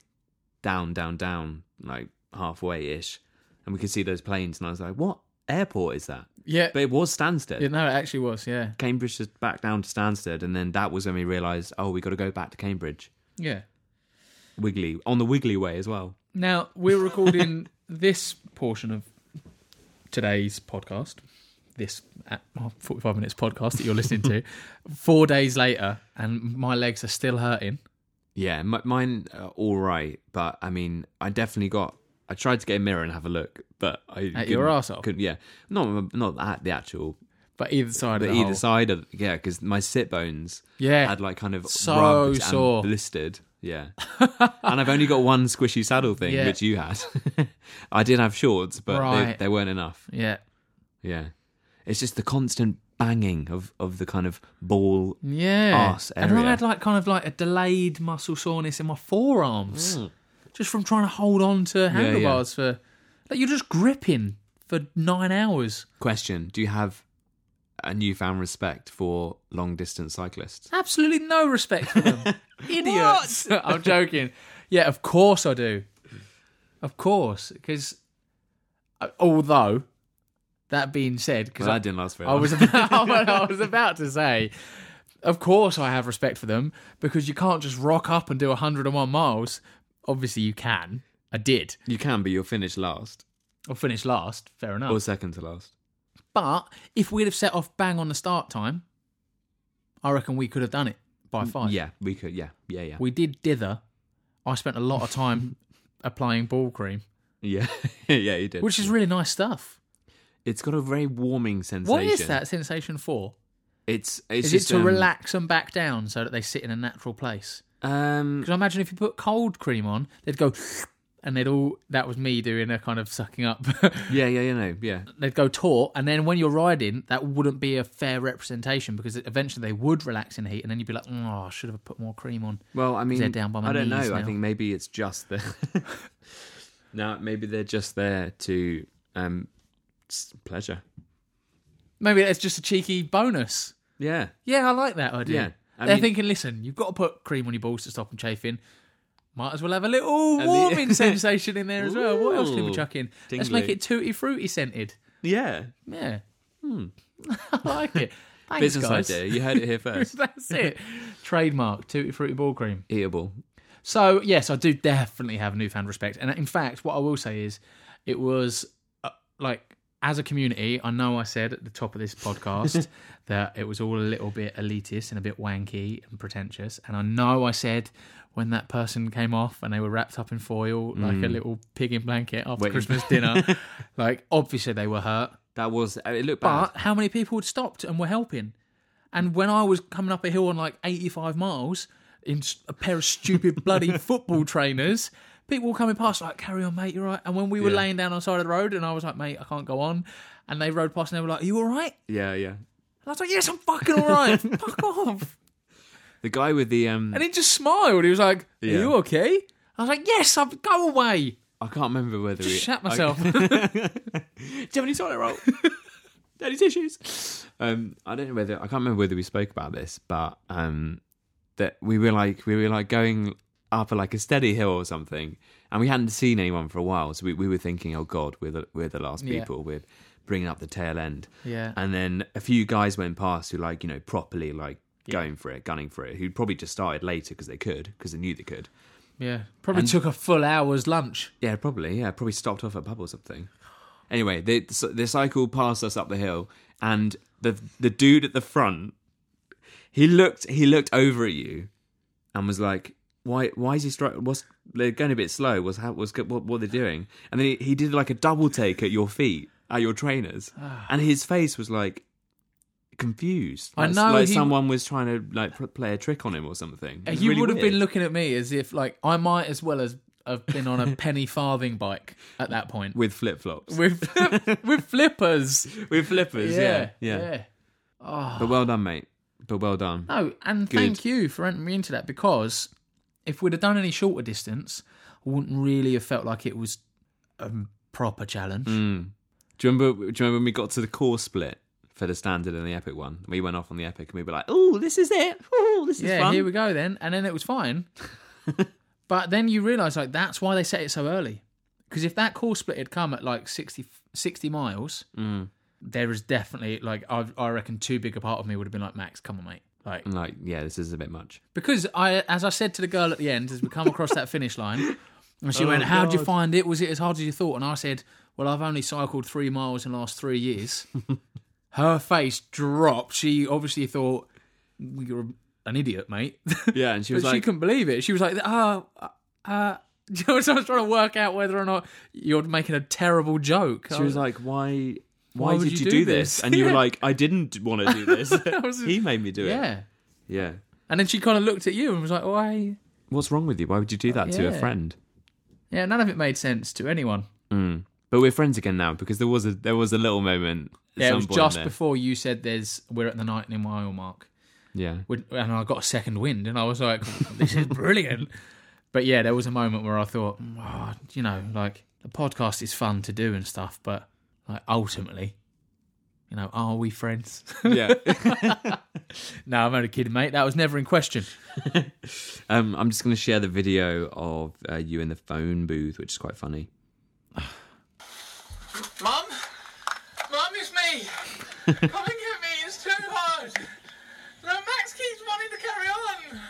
E: down down down like halfway ish, and we could see those planes, and I was like, what airport is that?
I: Yeah,
E: But it was Stansted.
I: Yeah, no, it actually was. Yeah,
E: Cambridge just back down to Stansted, and then that was when we realised, oh, we got to go back to Cambridge.
I: yeah.
E: Wiggly on the Wiggly way as well.
I: Now we're recording *laughs* this portion of today's podcast, this uh, well, forty-five minutes podcast that you're
E: *laughs*
I: listening to, four days later, and my legs are still hurting.
E: Yeah, m- mine uh, all right, but I mean, I definitely got. I tried to get a mirror and have a look, but I
I: At your
E: couldn't-
I: arsehole?
E: Couldn't, yeah, not not at the actual,
I: But either side
E: but
I: of the
E: either
I: hole.
E: side of yeah, because my sit bones
I: Yeah.
E: had like kind of
I: So
E: rubbed
I: sore.
E: and blistered.
I: *laughs*
E: Yeah, and I've only got one squishy saddle thing,
I: Yeah.
E: which you had. *laughs* I did have shorts, but they,
I: Right.
E: they weren't enough.
I: Yeah,
E: Yeah, it's just the constant banging of of the kind of ball.
I: yeah.
E: Arse
I: and I
E: area.
I: had like kind of like a delayed muscle soreness in my forearms,
E: Mm.
I: just from trying to hold on to handlebars for. Like you're just gripping for nine hours.
E: Question: Do you have a newfound respect for long distance cyclists?
I: Absolutely no respect for *laughs* them. Idiots. I'm joking. Yeah, of course I do. Of course, because although that being said, because
E: Well, that didn't last very
I: *laughs* I
E: long.
I: was about, I was about to say, of course I have respect for them because you can't just rock up and do 101 miles. Obviously you can. I did.
E: You can, but you'll finish last
I: I finished last. Fair enough.
E: or second to last.
I: But if we'd have set off bang on the start time, I reckon we could have done it by five.
E: Yeah, we could. Yeah, yeah, yeah.
I: We did dither. I spent a lot of time applying ball cream,
E: *laughs* yeah, *laughs* yeah. You did.
I: which is really nice stuff.
E: it's got a very warming sensation.
I: What is that sensation for?
E: It's it's
I: is
E: just,
I: it to
E: um,
I: relax them back down so that they sit in a natural place?
E: Um,
I: Because I imagine if you put cold cream on, they'd go *laughs* and they'd all. That was me doing a kind of sucking up. *laughs*
E: yeah, yeah, you know, yeah.
I: they'd go taut, and then when you're riding, that wouldn't be a fair representation because eventually they would relax in heat, and then you'd be like, oh, I should have put more cream on.
E: Well, I mean,
I: they're down by my
E: I don't know.
I: knees
E: I
I: now.
E: think maybe it's just the. *laughs* no, maybe they're just there to um, s- pleasure.
I: Maybe that's just a cheeky bonus.
E: Yeah,
I: Yeah, I like that idea.
E: Yeah, I
I: They're
E: mean-
I: thinking, listen, you've got to put cream on your balls to stop them chafing. Might as well have a little
E: li- *laughs*
I: warming sensation in there as well. What else can we
E: Ooh,
I: chuck in? Let's make
E: tingly.
I: it tutti fruity scented.
E: yeah.
I: Yeah. *laughs* I like it. Thanks,
E: Hmm. Business
I: guys.
E: idea. You heard it here first.
I: *laughs*
E: *laughs*
I: That's it. Trademark tutti fruity ball cream.
E: Eatable.
I: So yes, I do definitely have newfound respect, and in fact, what I will say is, it was uh, like as a community, I know I said at the top of this podcast that it was all a little bit elitist and a bit wanky and pretentious, and I know I said when that person came off and they were wrapped up in foil like a little pig in blanket after
E: Waiting-
I: Christmas dinner, like obviously they were hurt,
E: That was. uh, It looked bad.
I: but how many people had stopped and were helping? And when I was coming up a hill on like 85 miles in s- a pair of
E: *laughs*
I: stupid bloody football trainers, people were coming past like, carry on, mate, you're right. And when we were
E: Yeah.
I: laying down on the side of the road and I was like, mate, I can't go on. And they rode past and they were like, are you all right?
E: Yeah, yeah.
I: And I was like, yes, I'm fucking
E: *laughs*
I: all right. Fuck off.
E: The guy with the um,
I: And he just smiled. He was like, are
E: Yeah.
I: you okay? I was like, yes, I'm, go away.
E: I can't remember whether
I: Just
E: he
I: shat myself.
E: *laughs* Do you have any toilet
I: *laughs*
E: roll? any tissues? Um, I don't know whether I can't remember whether we spoke about this, but um, that we were like we were like going up like a steady hill or something, and we hadn't seen anyone for a while, so we, we were thinking, oh god, we're the we're the last
G: Yeah.
E: people. We're bringing up the tail end.
G: Yeah.
E: And then a few guys went past who like you know properly like going for it, gunning for it. Who'd probably just started later because they could, because they knew they could.
I: Yeah, probably took a full hour's lunch.
E: Yeah, probably. Yeah, probably stopped off at a pub or something. Anyway, the the cycle passed us up the hill, and the the dude at the front, he looked he looked over at you, and was like, "Why why is he stri- What's they're going a bit slow? What's how, what's go- what what are they doing?" And then he, he did like a double take at your feet at your
I: *sighs*
E: trainers, and his face was like confused.
I: I
E: Like-
I: know
E: like
I: he-
E: someone was trying to like pr- play a trick on him or something. It was
I: you
E: really
I: would have
E: weird.
I: been looking at me as if like I might as well as have been
E: *laughs*
I: on a penny farthing bike at that point
E: with flip flops,
I: with *laughs* with flippers.
E: with
I: *laughs*
E: flippers. yeah. yeah. But well done, mate. But well done.
I: No, and
E: Good.
I: thank you for entering me into that because if we'd have done any shorter distance, I wouldn't really have felt like it was a proper challenge.
E: Do you remember? Do you remember when we got to the core split for the standard and the epic one? We went off on the epic, and we were like, "Oh, this is it! Oh, this is
I: yeah,
E: fun!"
I: here we go then, and then it was fine. but then you realise like that's why they set it so early, because if that call split had come at like 60, 60 miles, there is definitely like I, I reckon too big a part of me would have been like Max, come on mate, like
E: And like, yeah, this is a bit much.
I: because I as I said to the girl at the end as we come across that finish line, and she went, "How would you find it? Was it as hard as you thought?" And I said, "Well, I've only cycled three miles in the last three years." Her face dropped. She obviously thought you're an idiot, mate. *laughs*
E: Yeah, and she
I: But
E: was
I: she
E: like,
I: couldn't believe it. She was like, oh, uh, *laughs* you know, so I was trying to work out whether or not you're making a terrible joke.
E: she was like, "Why? Why,
I: would
E: did you do, this? And
I: *laughs*
E: you were like, "I didn't want to do this. *laughs* he made me do it."
I: yeah.
E: Yeah.
I: And then she kind of looked at you and was like, "Oh, why?
E: What's wrong with you? Why would you do that to a
I: yeah.
E: friend?
I: Yeah, none of it made sense to anyone.
E: But we're friends again now because there was a there was a little moment. at
I: Yeah, it
E: some
I: was
E: point
I: just
E: there.
I: before you said there's we're at the 19 mile mark.
E: Yeah.
I: When- And I got a second wind and I was like, *laughs* this is brilliant. But yeah, there was a moment where I thought, oh, you know, like the podcast is fun to do and stuff, but like ultimately, you know, are we friends?
E: *laughs* Yeah.
I: No, I'm only kidding, mate. That was never in question.
E: *laughs* um, I'm just going to share the video of uh, you in the phone booth, which is quite funny.
G: Mum? Mum, it's me! Coming at me is too hard! No, Max keeps wanting to carry on!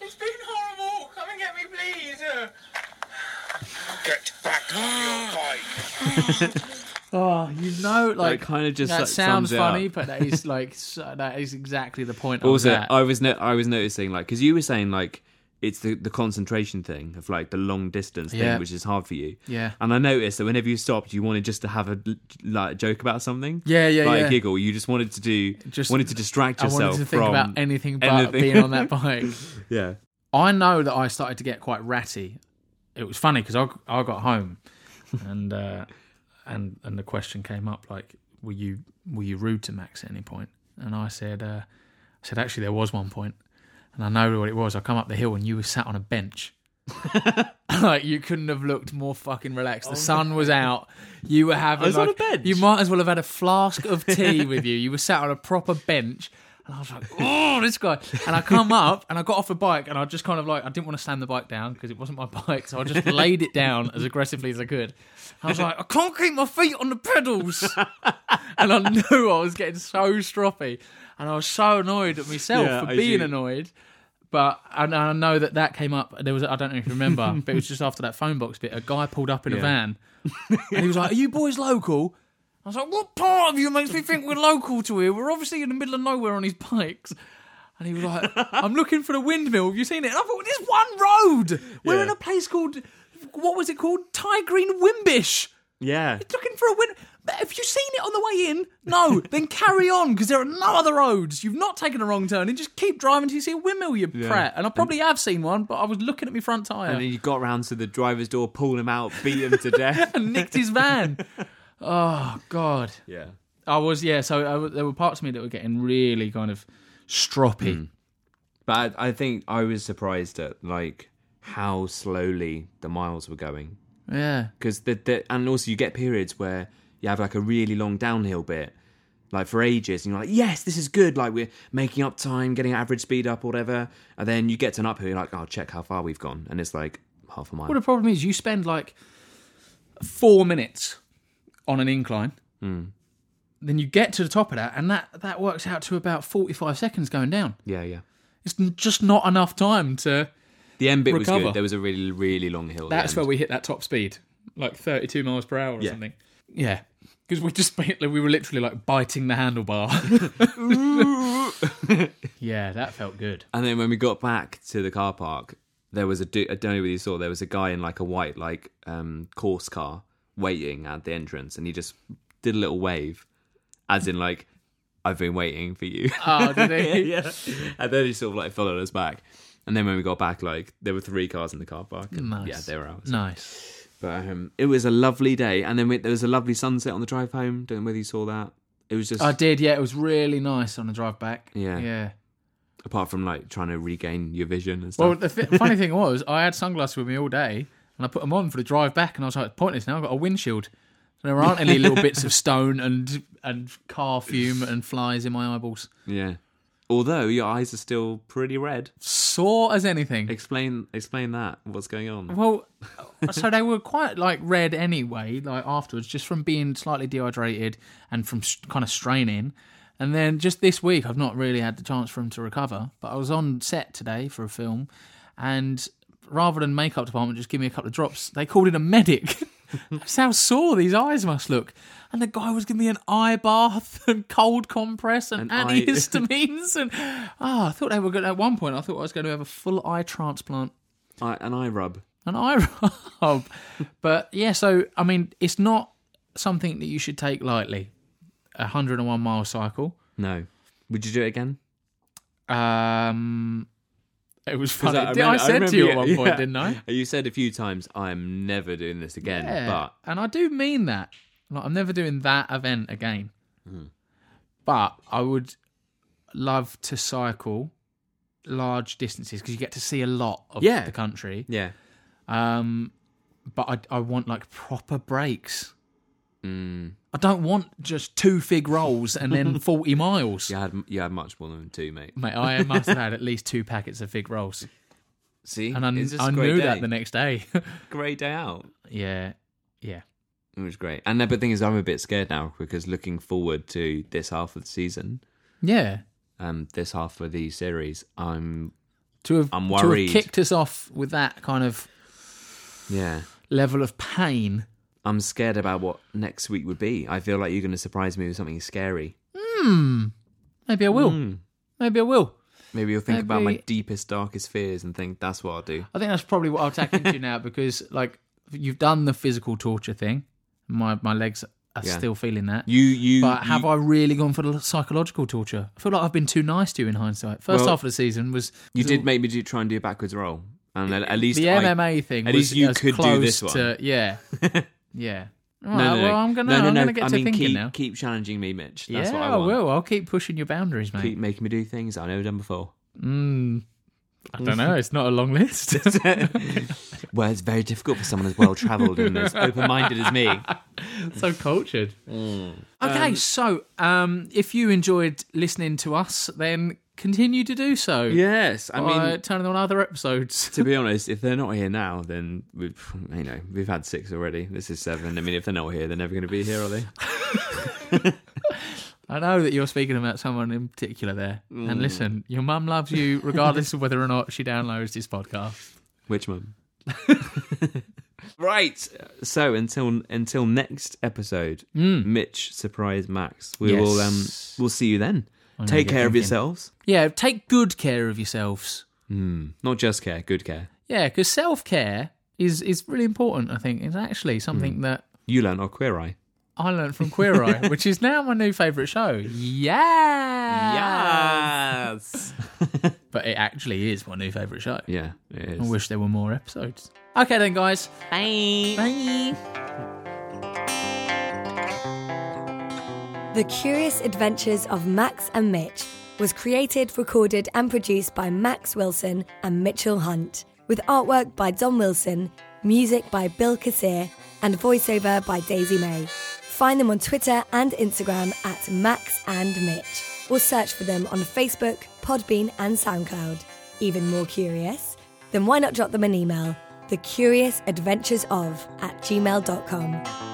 G: It's been horrible! Come and get me, please!
J: Get back on your bike.
I: Oh, you know, like
E: kinda just,
I: that
E: like,
I: sounds
E: sums it
I: funny,
E: up.
I: but that is
E: *laughs*
I: like so, that is exactly the point.
E: also
I: of that.
E: i was no- i was noticing like because you were saying like it's the, the concentration thing of like the long distance
I: Yeah.
E: thing which is hard for you
I: Yeah.
E: and i noticed that whenever you stopped you wanted just to have a like joke about something
I: Yeah, yeah,
E: like
I: yeah.
E: giggle you just wanted to do
I: Just-
E: just wanted to distract
I: I
E: yourself
I: wanted to think
E: from
I: about anything but
E: anything.
I: being
E: *laughs*
I: on that bike.
E: yeah
I: I know that I started to get quite ratty. It was funny because I, I got home, and uh, and and the question came up like, were you were you rude to Max at any point? And I said, uh, I said actually there was one point, and I know what it was. I come up the hill and you were sat on a bench. *laughs* like you couldn't have looked more fucking relaxed. The sun was out. You were having
E: was on
I: like-
E: a bench.
I: You might as well have had a flask of tea *laughs* with you. You were sat on a proper bench. And I was like, oh, this guy. And I come up and I got off the bike and I just kind of like, I didn't want to slam the bike down because it wasn't my bike. So I just laid it down as aggressively as I could. I was like, I can't keep my feet on the pedals. *laughs* and I knew I was getting so stroppy. And I was so annoyed at myself
E: Yeah,
I: for
E: I
I: being
E: see.
I: annoyed. But and I know that that came up. There was I don't know if you
E: *laughs*
I: remember, but it was just after that phone box bit. A guy pulled up in a van, and he was like, "Are you boys local?" I was like, "What part of you makes me think we're local to here? We're obviously in the middle of nowhere on these bikes." And he was like, "I'm looking for the windmill. Have you seen it?" And I thought, "This one road. We're in a place called what was it called? Ty Green Wimbish."
E: yeah
I: looking for a win. But Have you seen it on the way in? No. then carry on because there are no other roads. You've not taken a wrong turn. You just keep driving till you see a windmill, you prat. And I probably have seen one, but I was looking at my front tyre
E: and
I: and, *laughs*
E: then you got round to the driver's door pulled him out beat him to
I: *laughs*
E: death
I: nicked his van. oh, God.
E: yeah
I: I was, yeah, so I was, there were parts of me that were getting really kind of stroppy.
E: but I, I think i was surprised at like how slowly the miles were going
I: Yeah.
E: because the, the and also you get periods where you have like a really long downhill bit like for ages, and you're like, yes, this is good. Like we're making up time, getting average speed up, or whatever. And then you get to an uphill, you're like, oh, check how far we've gone, and it's like half a mile.
I: Well, the problem is you spend like four minutes on an incline.
E: Hmm.
I: Then you get to the top of that, and that, that works out to about 45 seconds going down.
E: yeah, yeah.
I: It's n- just not enough time to.
E: The end bit was
I: Recover.
E: good. There was a really, really long hill. at the
I: That's
E: end.
I: where we hit that top speed, like 32 miles per hour or something. Yeah. Because we just *laughs* like, we were literally like biting
E: *laughs*
I: the handlebar. *laughs* yeah, that felt good.
E: And then when we got back to the car park, there was a du- I don't know whether you saw there was a guy in like a white like um course car waiting at the entrance, and he just did a little wave, as in like I've been waiting for you.
I: Oh, *laughs* did
E: *laughs*
I: he?
E: yeah, and then he sort of like followed us back. And then when we got back, like there were three cars in the car park. and,
I: Nice.
E: Yeah, they were ours.
I: Nice.
E: But um, it was a lovely day, and then we, there was a lovely sunset on the drive home. Don't know whether you saw that. It was just
I: I did, yeah. It was really nice on the drive back.
E: Yeah.
I: Yeah.
E: apart from like trying to regain your vision and stuff.
I: Well, the f- funny thing was, I had sunglasses with me all day, and I put them on for the drive back, and I was like, pointless now. I've got a windshield. There aren't any little bits of stone and and car fume and flies in my eyeballs.
E: Yeah. Although your eyes are still pretty red.
I: Sore as anything.
E: Explain explain that. What's going on?
I: Well, uh, so they were quite like red anyway, like afterwards, just from being slightly dehydrated and from s kind of straining. And then just this week, I've not really had the chance for him to recover. But I was on set today for a film, and rather than makeup department just give me a couple of drops, they called in a medic. *laughs* That's how sore these eyes must look. And the guy was giving me an eye bath *laughs* and cold compress
E: An
I: and
E: eye-
I: antihistamines. and *laughs* ah, I thought they were going. At one point, I thought I was going to have a full eye transplant
E: I, an eye rub.
I: an *laughs* eye rub. but yeah, so I mean, it's not something that you should take lightly. A 101 mile cycle.
E: No. Would you do it again?
I: Um, it was funny.
E: I
I: Did- I,
E: remember- I
I: said to you at
E: remember
I: one
E: you- *laughs*
I: point,
E: yeah.
I: didn't I?
E: You said a few times I'm never doing this again.
I: Yeah,
E: But
I: and I do mean that. Like, I'm never doing that event again.
E: Hmm.
I: But I would love to cycle large distances because you get to see a lot of
E: Yeah.
I: the country.
E: yeah.
I: Um, but I, I want like proper breaks.
E: Mm.
I: I don't want just two fig rolls and then 40 miles.
E: You had you had much more than two, mate.
I: Mate, I must have had at least two packets of
E: *laughs*
I: fig rolls.
E: See?
I: And I,
E: It's just a
I: I
E: great
I: knew that
E: day.
I: the next day.
E: great day out.
I: yeah. Yeah.
E: It was great. And the but thing is I'm a bit scared now because looking forward to this half of the season,
I: Yeah.
E: um, this half of the series, I'm
I: To have,
E: I'm
I: to
E: worried.
I: have kicked us off with that kind of
E: yeah.
I: level of pain.
E: I'm scared about what next week would be. I feel like you're gonna surprise me with something scary.
I: Maybe I will.
E: Mm.
I: Maybe I will.
E: Maybe you'll think about my
I: Maybe-
E: deepest, darkest fears and think that's what I'll do.
I: I think that's probably what I'll tack into now *laughs* because, like, you've done the physical torture thing. My my legs are
E: Yeah.
I: still feeling that.
E: You, you,
I: But have
E: you,
I: I really gone for the psychological torture? I feel like I've been too nice to you in hindsight. First
E: Well,
I: half of the season was
E: you did make me do try and do a backwards roll, and at, at least
I: the
E: I-
I: MMA thing.
E: at
I: was
E: least you
I: as
E: could do
I: close
E: this one.
I: To,
E: *laughs*
I: yeah, yeah.
E: No,
I: All right,
E: no, no.
I: well, I'm gonna,
E: no, no,
I: I'm
E: no.
I: gonna get
E: I
I: to
E: mean,
I: thinking
E: keep,
I: now.
E: Keep challenging me, Mitch. That's
I: yeah,
E: what
I: I
E: want.
I: will. I'll keep pushing your boundaries, mate. Hmm.
E: Keep making me do things I've never done before.
I: I don't know. It's not a
E: *laughs*
I: long list.
E: Well, it's very difficult for someone as well travelled and *laughs* as open-minded as me.
I: so cultured. Hmm. Okay, so um, if you enjoyed listening to us, then continue to do so.
E: Yes, I mean,
I: by turning on other episodes. *laughs*
E: to be honest, if they're not here now, then we've, you know, we've had six already. This is seven. I mean, if they're not here, they're never going to be here, are they?
I: I know that you're speaking about someone in particular there.
E: Hmm.
I: And listen, your mum loves you
E: *laughs*
I: regardless of whether or not she downloads this podcast.
E: Which mum? *laughs* right. So until until next episode, Mitch surprise Max. We
I: Yes.
E: will um we'll see you then. Take
I: get
E: care of
I: thinking.
E: yourselves.
I: Yeah, take good care of yourselves.
E: Not just care, good care.
I: Yeah, because self care is is really important. I think it's actually something that
E: You learn our queer eye.
I: I learned from Queer Eye, which is now my new favourite show. Yeah,
E: Yes.
I: but it actually is my new favourite show.
E: *laughs* yeah, it
I: I
E: is.
I: wish there were more episodes. Okay, then, guys. Bye. Bye.
A: The Curious Adventures of Max and Mitch was created, recorded, and produced by Max Wilson and Mitchell Hunt, with artwork by Don Wilson, music by Bill Kassir, and voiceover by Daisy May. Find them on Twitter and Instagram at Max and Mitch, or search for them on Facebook, Podbean, and SoundCloud. Even more curious? Then why not drop them an email? The Curious Adventures of at gmail.com.